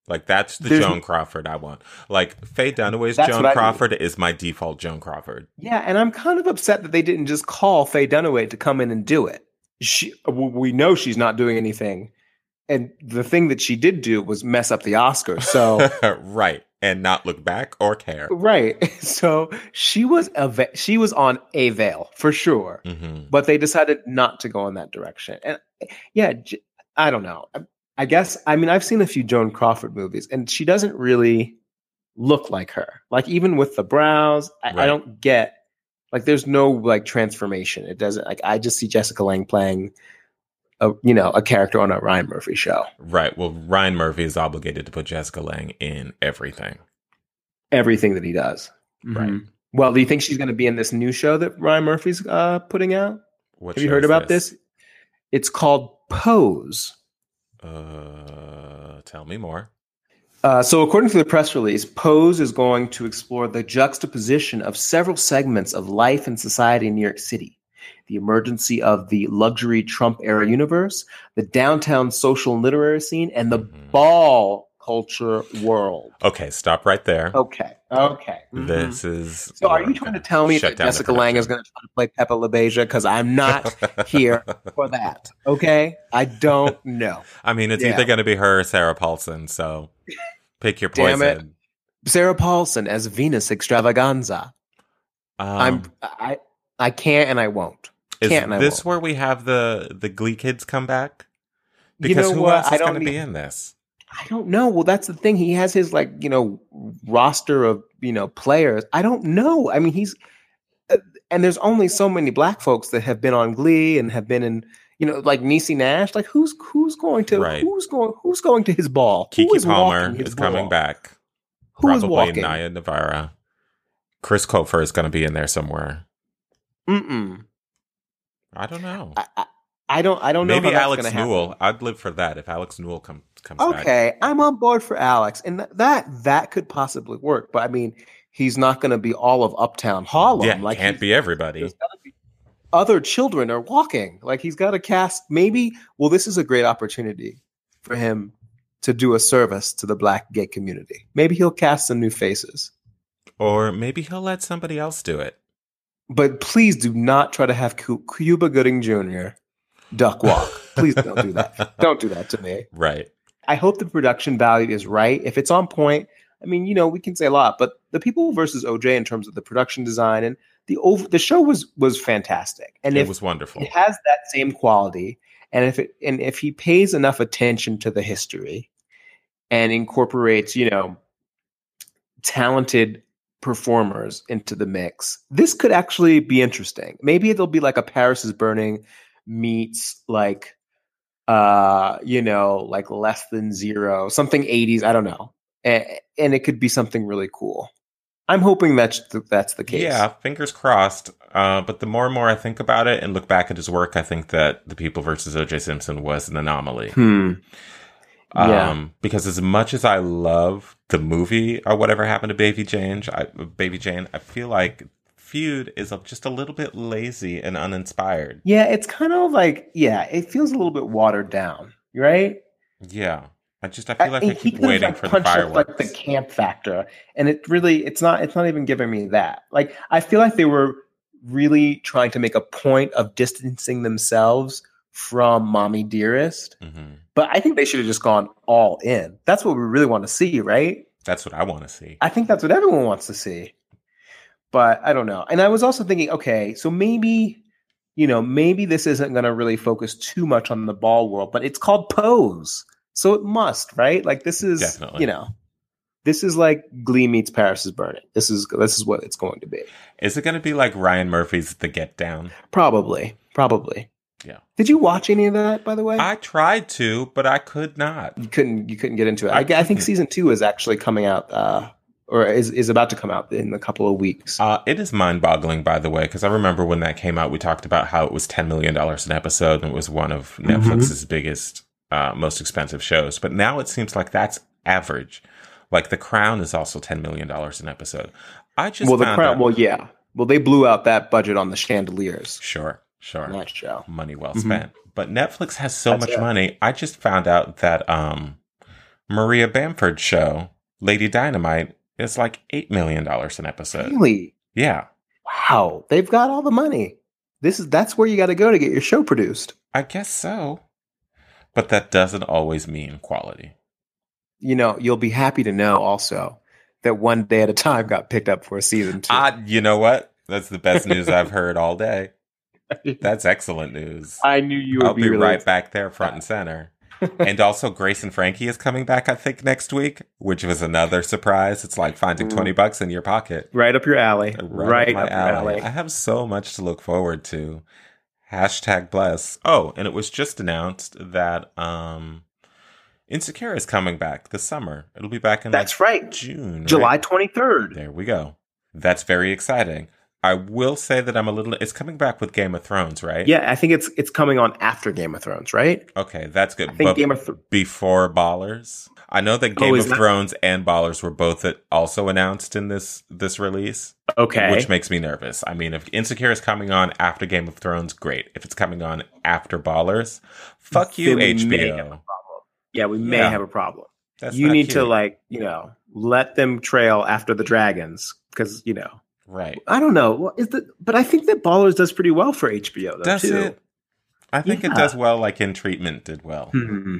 Like that's the
There's-
Joan Crawford I want. Like Faye Dunaway's
That's
Joan
what I need.
Crawford is my default Joan Crawford.
Yeah, and I'm kind of upset that they didn't just call Faye Dunaway to come in and do it. She, w- we know she's not doing anything, and the thing that she did do was mess up the Oscars. So.
right. And not look back or care.
Oh. Right, so she was a va- she was on a veil for sure.
hmm
but they decided not to go in that direction. And yeah, J- I don't know. I- I guess I mean I've seen a few Joan Crawford movies, and she doesn't really look like her. Like even with the brows, I,
Right.
I don't get. Like there's no like transformation. It doesn't. Like I just see Jessica Lang playing a you know a character on a Ryan Murphy show.
Right. Well, Ryan Murphy is obligated to put Jessica Lang in everything.
Everything that he does.
Right.
Mhm. Well, do you think she's going to be in this new show that Ryan Murphy's uh, putting out?
What
Have you
show
heard
is
about this? It's called Pose.
Uh, tell me more.
Uh, so, according to the press release, Pose is going to explore the juxtaposition of several segments of life and society in New York City the emergency of the luxury Trump era universe, the downtown social and literary scene, and the
Mhm.
ball culture world.
Okay, stop right there.
Okay. Okay. Mhm.
This is.
Oh, So, are you trying to tell me that Jessica Lang is going to try to play Peppa LaBeija? Because I'm not here for that. Okay. I don't know.
I mean, it's
Yeah.
either going to be her or Sarah Paulson. So pick your poison.
Damn it. Sarah Paulson as Venus Extravaganza.
Um,
I'm I I can't and I won't.
is
can't and I
this
won't.
where we have the the Glee kids come back?
You
Because
know
who
what?
else
I
is
don't e-
going to be
need-
in this?
I don't know. Well, that's the thing. He has his like you know roster of you know players. I don't know. I mean, he's uh, and there's only so many black folks that have been on Glee and have been in you know like Niecy Nash. Like who's who's going to
Right.
who's going who's going to his ball? Who
Kiki
is
Palmer
walking his
is coming
ball?
back.
Who is
Probably
walking?
Naya Navarra. Chris Colfer is going to be in there somewhere.
Mm-mm.
I don't know.
I, I, I don't. I don't know.
Maybe
how that's
Alex
gonna happen.
Newell. I'd live for that if Alex Newell come, comes back.
Okay, I'm on board for Alex, and th- that that could possibly work. But I mean, he's not going to be all of Uptown Harlem.
Yeah,
like
can't
he's-
be everybody.
there's gotta be- Other children are walking. Like he's got to cast. Maybe. Well, this is a great opportunity for him to do a service to the black gay community. Maybe he'll cast some new faces.
Or maybe he'll let somebody else do it.
But please do not try to have Cu- Cuba Gooding Jr. duck walk. please don't do that. Don't do that to me.
Right.
I hope the production value is right. If it's on point, I mean, you know, we can say a lot, but the people versus OJ in terms of the production design and the over the show was was fantastic. And
it
if
was wonderful.
it has that same quality, and if it and if he pays enough attention to the history and incorporates, you know, talented performers into the mix, this could actually be interesting. Maybe it'll be like a Paris is burning meets like uh, you know, like less than zero, something 80s, I don't know. And, and it could be something really cool. I'm hoping that's the, that's the case.
Yeah, fingers crossed. Uh, but the more and more I think about it and look back at his work, I think that The People versus O.J. Simpson was an anomaly.
Hmm. Yeah.
Um, because as much as I love the movie or whatever happened to Baby Jane, I, Baby Jane, I feel like Feud is a- just a little bit lazy and uninspired.
Yeah, it's kind of like yeah, it feels a little bit watered down, right?
Yeah, I just I feel like I,
he
keep
could've,
waiting
like,
for the
punched up,
fireworks.
like the camp factor, and it really it's not it's not even giving me that. Like I feel like they were really trying to make a point of distancing themselves from Mommy Dearest,
Mhm.
but I think they should have just gone all in. That's what we really want to see, right?
That's what I want to see.
I think that's what everyone wants to see. But I don't know. And I was also thinking, okay, so maybe, you know, maybe this isn't going to really focus too much on the ball world, but it's called Pose. So it must, right? Like this is,
Definitely.
you know, this is like Glee meets Paris is Burning. This is this is what it's going to be.
Is it going to be like Ryan Murphy's The Get Down?
Probably, probably.
Yeah.
Did you watch any of that, by the way?
I tried to, but I could not.
you couldn't you couldn't get into it. I, I think season two is actually coming out, uh, or is is about to come out in a couple of weeks.
Uh, it is mind boggling, by the way, because I remember when that came out, we talked about how it was $10 million an episode and it was one of
Mm-hmm.
Netflix's biggest, uh, most expensive shows. But now it seems like that's average. Like The Crown is also $10 million an episode. I just
well, the
found
crown.
out-
Well, yeah. Well, they blew out that budget on the chandeliers.
Sure, sure.
Nice show.
money well spent. But Netflix has so
Mm-hmm. That's
much
it.
money. I just found out that um Maria Bamford's show, Lady Dynamite, is like eight million dollars an episode.
Really?
Yeah.
Wow. They've got all the money. This is that's where you got to go to get your show produced.
I guess so. But that doesn't always mean quality.
You know, you'll be happy to know also that one day at a time got picked up for a season two.
Ah, you know what? That's the best news I've heard all day. That's excellent news.
I knew you would
I'll be,
really
right back there, front and center. and also, Grace and Frankie is coming back, I think, next week, which was another surprise. It's like finding
Mm-hmm.
20 bucks in your pocket.
right up your alley. Right,
my
up, your alley.
I have so much to look forward to. Hashtag bless. Oh, and it was just announced that um Insecure is coming back this summer. It'll be back in like,
That's right.
June. right?
July twenty third.
There we go. That's very exciting. I will say that I'm a little it's coming back with Game of Thrones, right?
Yeah, I think it's it's coming on after Game of Thrones, right?
Okay, that's good.
I think Game of Thrones.
before Ballers. I know that Game
is
of
that-
Thrones and Ballers were both uh, also announced in this this release.
Okay.
Which makes me nervous. I mean, if Insecure is coming on after Game of Thrones, great. If it's coming on after Ballers, fuck you,
Then we may have
HBO.
yeah, we may
Yeah.
have a problem.
That's
you
not
need to
cute.
like, you know, let them trail after the dragons because you know
right.
I don't know. Well, is the but I think that Ballers does pretty well for HBO though
Does
too.
it? I think it
Yeah.
does well. Like in treatment, did well.
Hmm.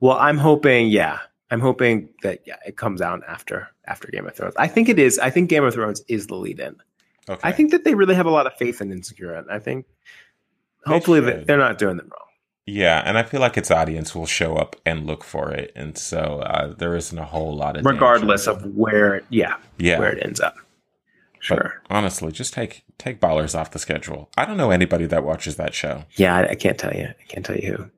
Well, I'm hoping. Yeah, I'm hoping that yeah, it comes out after after Game of Thrones. I think it is. I think Game of Thrones is the lead in.
Okay,
I think that they really have a lot of faith in Insecure, and I think hopefully
should.
that they're not doing them wrong.
Yeah, and I feel like its audience will show up and look for it, and so uh, there isn't a whole lot of danger.
regardless of where yeah,
yeah.
where it ends up.
But
Sure.
honestly, just take take Ballers off the schedule. I don't know anybody that watches that show.
yeah, I, I can't tell you. I can't tell you who.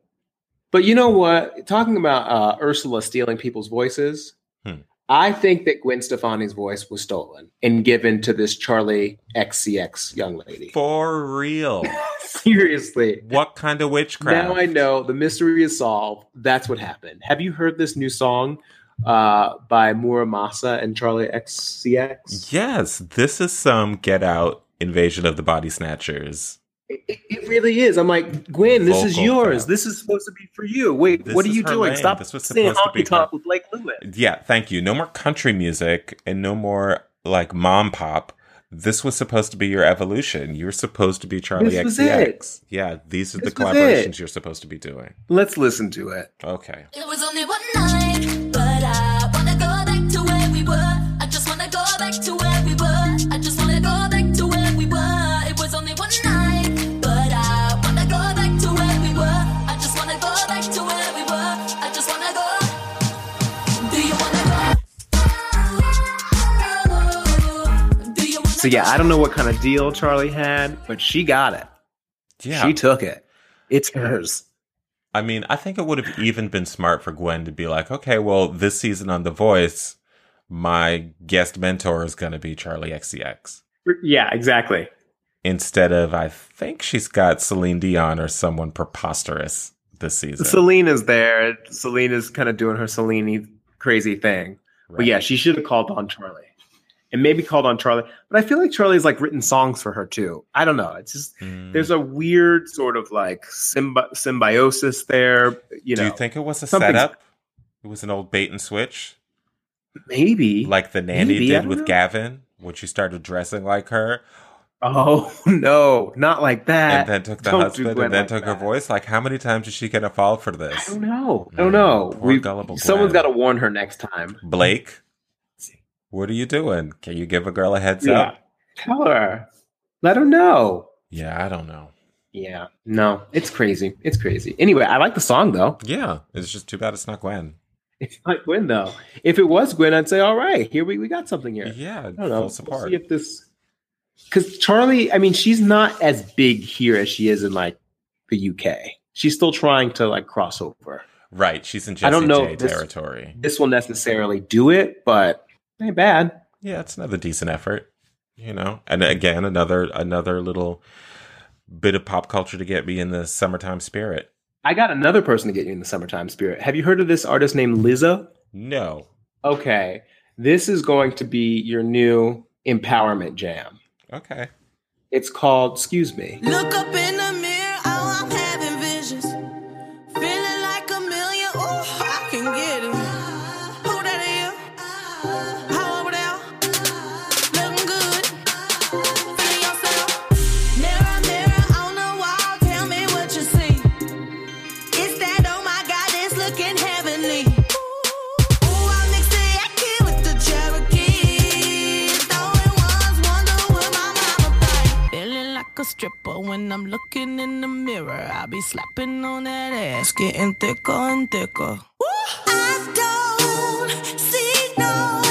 But you know what? Talking about uh, Ursula stealing people's voices,
Hmm.
I think that Gwen Stefani's voice was stolen and given to this Charlie XCX young lady.
For real.
Seriously.
what kind of witchcraft?
Now I know the mystery is solved. That's what happened. Have you heard this new song uh, by Muramasa and Charlie XCX?
Yes, this is some Get Out Invasion of the Body Snatchers.
It, it- it really is. I'm like, Gwen, this is
Vocal
yours.
crap.
This is supposed to be for you. Wait,
This
what are
is
you
her
doing?
lane.
Stop
This was
saying
supposed to be
honky tonk
her-
with Blake Lewis.
Yeah, thank you. No more country music and no more like mom pop. This was supposed to be your evolution. You're supposed to be Charlie E
This was
XCX. Yeah, these are
This
the
was
collaborations
it.
you're supposed to be doing.
Let's listen to it.
Okay.
It was only one night, but I wanna go back to where we were. I just wanna go back to where we were. I just wanna go back to where we were. It was only one night, but I wanna go back to where we were. I just wanna go back to where we were. I just wanna go. Do you wanna go? Do you wanna
So yeah, I don't know what kind of deal Charlie had, but she got it.
Yeah.
She took it. It's hers.
I mean, I think it would have even been smart for Gwen to be like, okay, well, this season on The Voice, my guest mentor is going to be Charlie E XCX.
Yeah, exactly.
Instead of, I think she's got Celine Dion or someone preposterous this season.
Selena's there. Selena's kind of doing her Selene crazy thing. But
Right.
yeah, she should have called on Charlie. And maybe called on Charlie. But I feel like Charlie's like written songs for her too. I don't know. It's just
Mm.
there's a weird sort of like symbi- symbiosis there. You
Do
know,
you think it was a
something's-
setup? It was an old bait and switch,
maybe
like the nanny
Maybe, I
did
don't
with
know.
Gavin when she started dressing like her
Oh no, not like that.
and then took the
Ah, Don't do
husband
Gwen
and then
like
took her
that.
voice. Like, how many times is she going to fall for
I
this?
don't know. I don't
Mm,
know.
poor
We
gullible
someone's
Gwen.
got to warn her next time.
Blake, what are you doing? Can you give a girl a heads up?
Tell her. Let her know.
Yeah, I don't know.
Yeah. No, it's crazy. It's crazy. Anyway, I like the song though.
Yeah, it's just too bad it's not Gwen.
It's not Gwen though. If it was Gwen, I'd say, all right, here we, we got something here.
Yeah,
I don't know.
full
We'll
support.
see if this because Charlie, I mean, she's not as big here as she is in like the UK. She's still trying to like cross over.
right, she's in Jesse
I don't know
J
if this-
territory.
This will necessarily do it, but ain't bad.
Yeah, it's another decent effort, you know. And again, another another little bit of pop culture to get me in the summertime spirit.
I got another person to get you in the summertime spirit. Have you heard of this artist named Lizzo?
No.
Okay, this is going to be your new empowerment jam.
Okay.
It's called "Excuse Me."
Look up in the mirror, oh, I'm having visions. Feeling like a million, oh, I can get it. Who that is? How over there? Looking good. Feeling yourself. Mirror, mirror on the wall, tell me what you see. It's that, oh my God, it's looking heavenly. Ooh, I mix the Yaki with the Cherokee. Throwing ones, wonder what my mama think. Feeling like a stripper when I'm looking in the mirror. I'll be slapping on that ass, getting thicker and thicker. I don't see no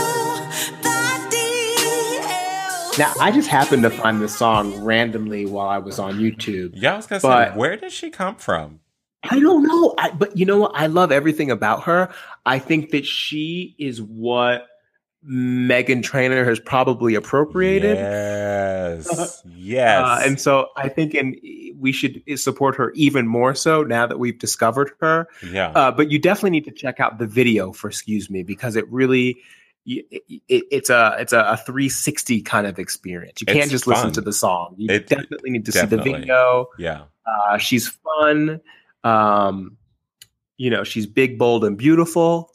body
Now, I just happened to find this song randomly while I was on YouTube.
Yeah, I was gonna
But-
say, where did she come from?
I don't know. I, but you know what? I love everything about her. I think that she is what Megan Trainor has probably appropriated.
Yes. yes.
Uh, and so I think and we should support her even more so now that we've discovered her.
yeah.
Uh, but you definitely need to check out the video for "Excuse Me" because it really y- it, it's a it's a, a 360 kind of experience. You can't
It's
just
fun.
listen to the song. You
It-
definitely need to see
definitely.
the video.
yeah.
Uh, she's fun. Um, you know, she's big, bold, and beautiful.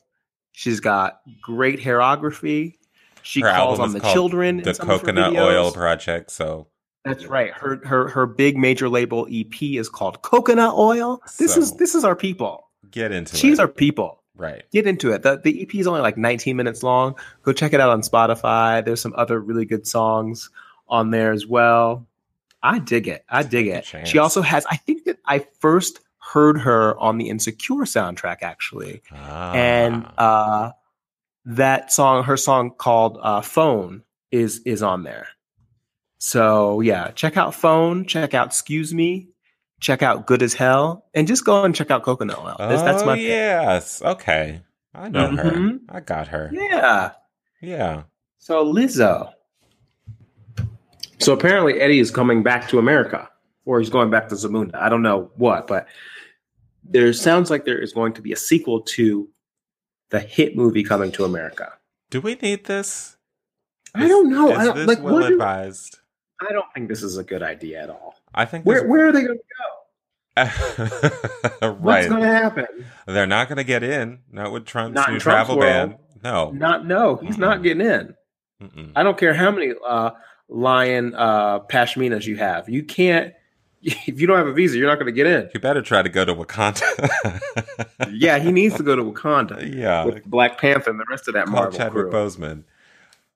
She's got great hairography. She
Her
calls
album
on
is
the
called
children. in
The
some of her
Coconut
videos.
Oil Project. So
That's right. Her her her big major label EP is called Coconut Oil. This
So-
is this is our people.
get into it.
She's our people.
right.
Get into it. The, the EP is only like 19 minutes long. Go check it out on Spotify. There's some other really good songs on there as well. I dig it. I dig
Good
it.
chance.
She also has, I think that I first heard her on the Insecure soundtrack, actually.
Ah.
And uh, that song, her song called uh, Phone, is is on there. So yeah, check out Phone, check out Excuse Me, check out Good as Hell, and just go and check out Coconut Oil.
oh,
That's- that's my pick.
yes. Okay. I know her.
Mhm.
I got her. Yeah.
yeah. So Lizzo. So apparently Eddie is coming back to America, or he's going back to Zamunda. I don't know what, but there sounds like there is going to be a sequel to the hit movie coming to America.
Do we need this?
I don't know.
Is
I don't,
this
like,
well
what do-
advised?
I don't think this is a good idea at all.
I think
Where where are they going? to
where,
What's
right.
going to happen?
They're not going to get in. Not with Trump's
Not in
new
Trump's
travel
world.
ban. No.
Not no. He's
Mhm.
not getting in.
Mm-mm.
I don't care how many uh, lion uh, pashminas you have. You can't. If you don't have a visa, you're not going to get in.
You better try to go to Wakanda.
Yeah, he needs to go to Wakanda.
yeah.
with Black Panther and the rest of that
Call
Marvel
Chadwick
crew.
Boseman.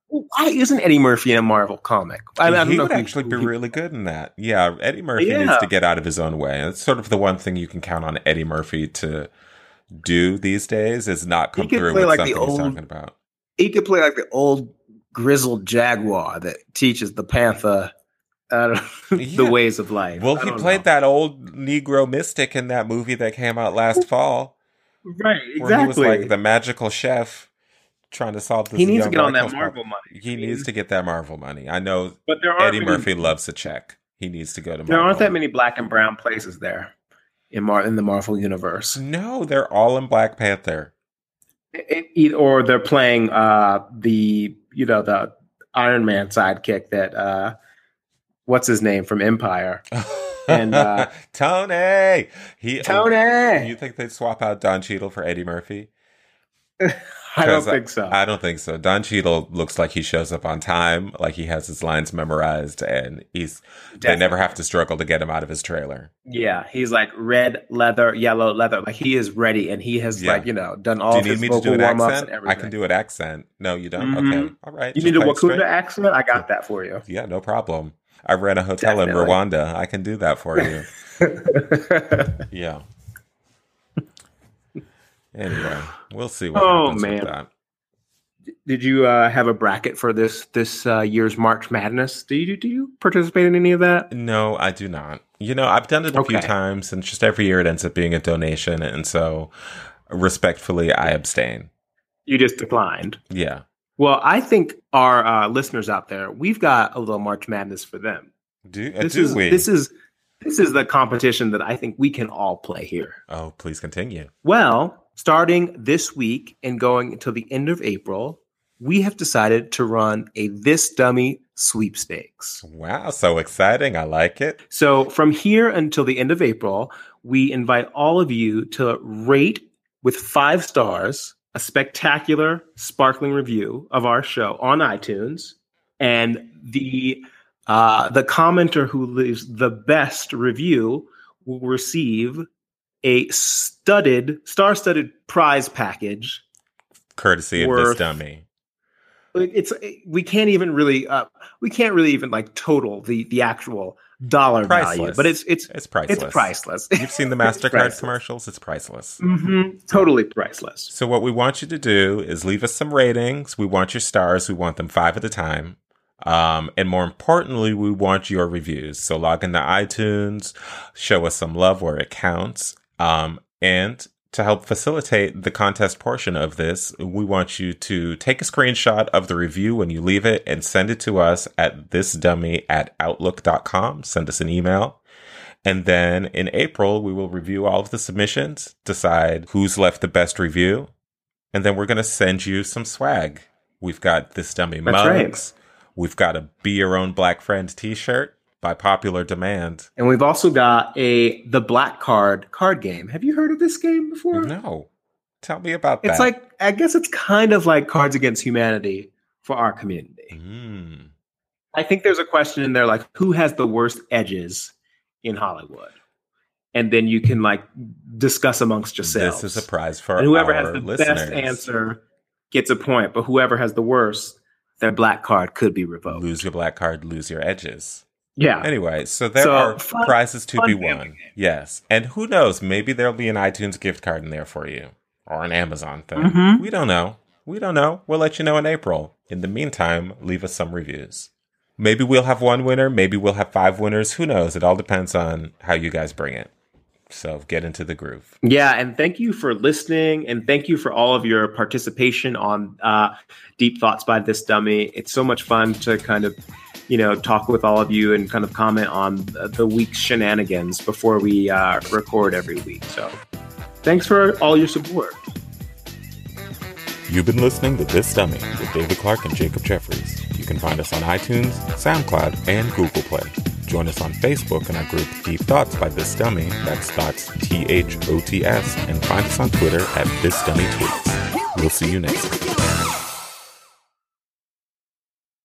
Why isn't Eddie Murphy in a Marvel comic? I, I don't
he
know
would
who-
actually be
who-
really good in that. Yeah, Eddie Murphy
Yeah.
needs to get out of his own way. That's sort of the one thing you can count on Eddie Murphy to do these days is not come
could
through
play
with
like the
something he's
old-
talking about.
He could play like the old grizzled jaguar that teaches the panther uh, the
Yeah.
ways of life.
Well,
I
he
don't
played
know.
that old Negro mystic in that movie that came out last fall,
right
where he was
exactly.
like the magical chef trying to solve this.
he needs
young
to get on that
Michael's
Marvel
problem.
money.
He needs to get that Marvel money. I know
But there aren't
Eddie
many-
Murphy loves a check. He needs to go to.
There aren't
Marvel.
that many black and brown places there in Mar in the Marvel universe.
No, they're all in Black Panther.
It- it- E, or they're playing uh, the you know the Iron Man sidekick that uh, what's his name from Empire. And, uh,
Tony, he uh,
Tony.
You think they'd swap out Don Cheadle for Eddie Murphy?
I don't
'Cause
think so.
I don't think so. Don Cheadle looks like he shows up on time, like he has his lines memorized, and he's they never have to struggle to get him out of his trailer.
yeah, he's like red leather, yellow leather. Like he is ready, and he has
Yeah.
like you know done all
do you
of
need
his
me to do
vocal
an
warm ups and
accent? I
everything.
can do an accent. No, you don't. Okay,
Mhm.
all right.
You
just
need a
play it straight.
Wakanda accent? I got that for you.
Yeah, no problem. I ran a hotel
Definitely.
in Rwanda. I can do that for you. yeah. Anyway, we'll see what
Oh,
happens with
man.
that.
Did you uh, have a bracket for this this uh, year's March Madness? Do you do you participate in any of that?
No, I do not. You know, I've done it a few
Okay.
times, and just every year it ends up being a donation, and so respectfully, I abstain.
You just declined.
Yeah.
Well, I think our uh, listeners out there, we've got a little March Madness for them.
Do, uh,
This
do
is
we?
this is this is the competition that I think we can all play here.
oh, please continue.
Well, starting this week and going until the end of April, we have decided to run a this dummy sweepstakes.
Wow, so exciting. I like it.
So from here until the end of April, we invite all of you to rate with five stars a spectacular, sparkling review of our show on iTunes, and the uh, the commenter who leaves the best review will receive a studded, star-studded prize package
Courtesy of
Worth-
this dummy.
like, it's we can't even really uh, we can't really even like total the the actual dollar value
Priceless.
but it's it's
It's priceless.
it's priceless
You've seen the
It's
MasterCard
priceless.
commercials, it's priceless.
Mhm. totally priceless
So what we want you to do is leave us some ratings. We want your stars. We want them five at a time. Um, and more importantly, we want your reviews. So log into iTunes, show us some love where it counts. Um, and to help facilitate the contest portion of this, we want you to take a screenshot of the review when you leave it and send it to us at thisdummy at outlook.com. Send us an email. And then in April, we will review all of the submissions, decide who's left the best review, and then we're going to send you some swag. We've got this dummy
That's
mugs. We've got a Be Your Own Black Friend t shirt by popular demand.
and we've also got a the black card card game have you heard of this game before
No. Tell me about that.
Mm. it's like i guess it's kind of like cards against humanity for our community
Mm.
i think there's a question in there like who has the worst edges in hollywood and then you can like discuss amongst yourselves
This is a prize for
and whoever has
our
the
listeners.
best answer gets a point, but whoever has the worst, their black card could be revoked.
Lose your black card, lose your edges.
Yeah.
Anyway, so there
So,
are
fun-
prizes to
fun
be
family
won. Yes. And who knows? Maybe there'll be an iTunes gift card in there for you or an Amazon thing.
Mhm.
We don't know. We don't know. We'll let you know in April. In the meantime, leave us some reviews. Maybe we'll have one winner. Maybe we'll have five winners. Who knows? It all depends on how you guys bring it. So get into the groove.
Yeah, and thank you for listening, and thank you for all of your participation on uh, Deep Thoughts by This Dummy. It's so much fun to kind of, you know, talk with all of you and kind of comment on the, the week's shenanigans before we uh, record every week. So, thanks for all your support.
You've been listening to This Dummy with David Clark and Jacob Jeffries. You can find us on iTunes, SoundCloud, and Google Play. Join us on Facebook in our group Deep Thoughts by This Dummy, that's Thoughts T H O T S, and find us on Twitter at This Dummy Tweets. We'll see you next time.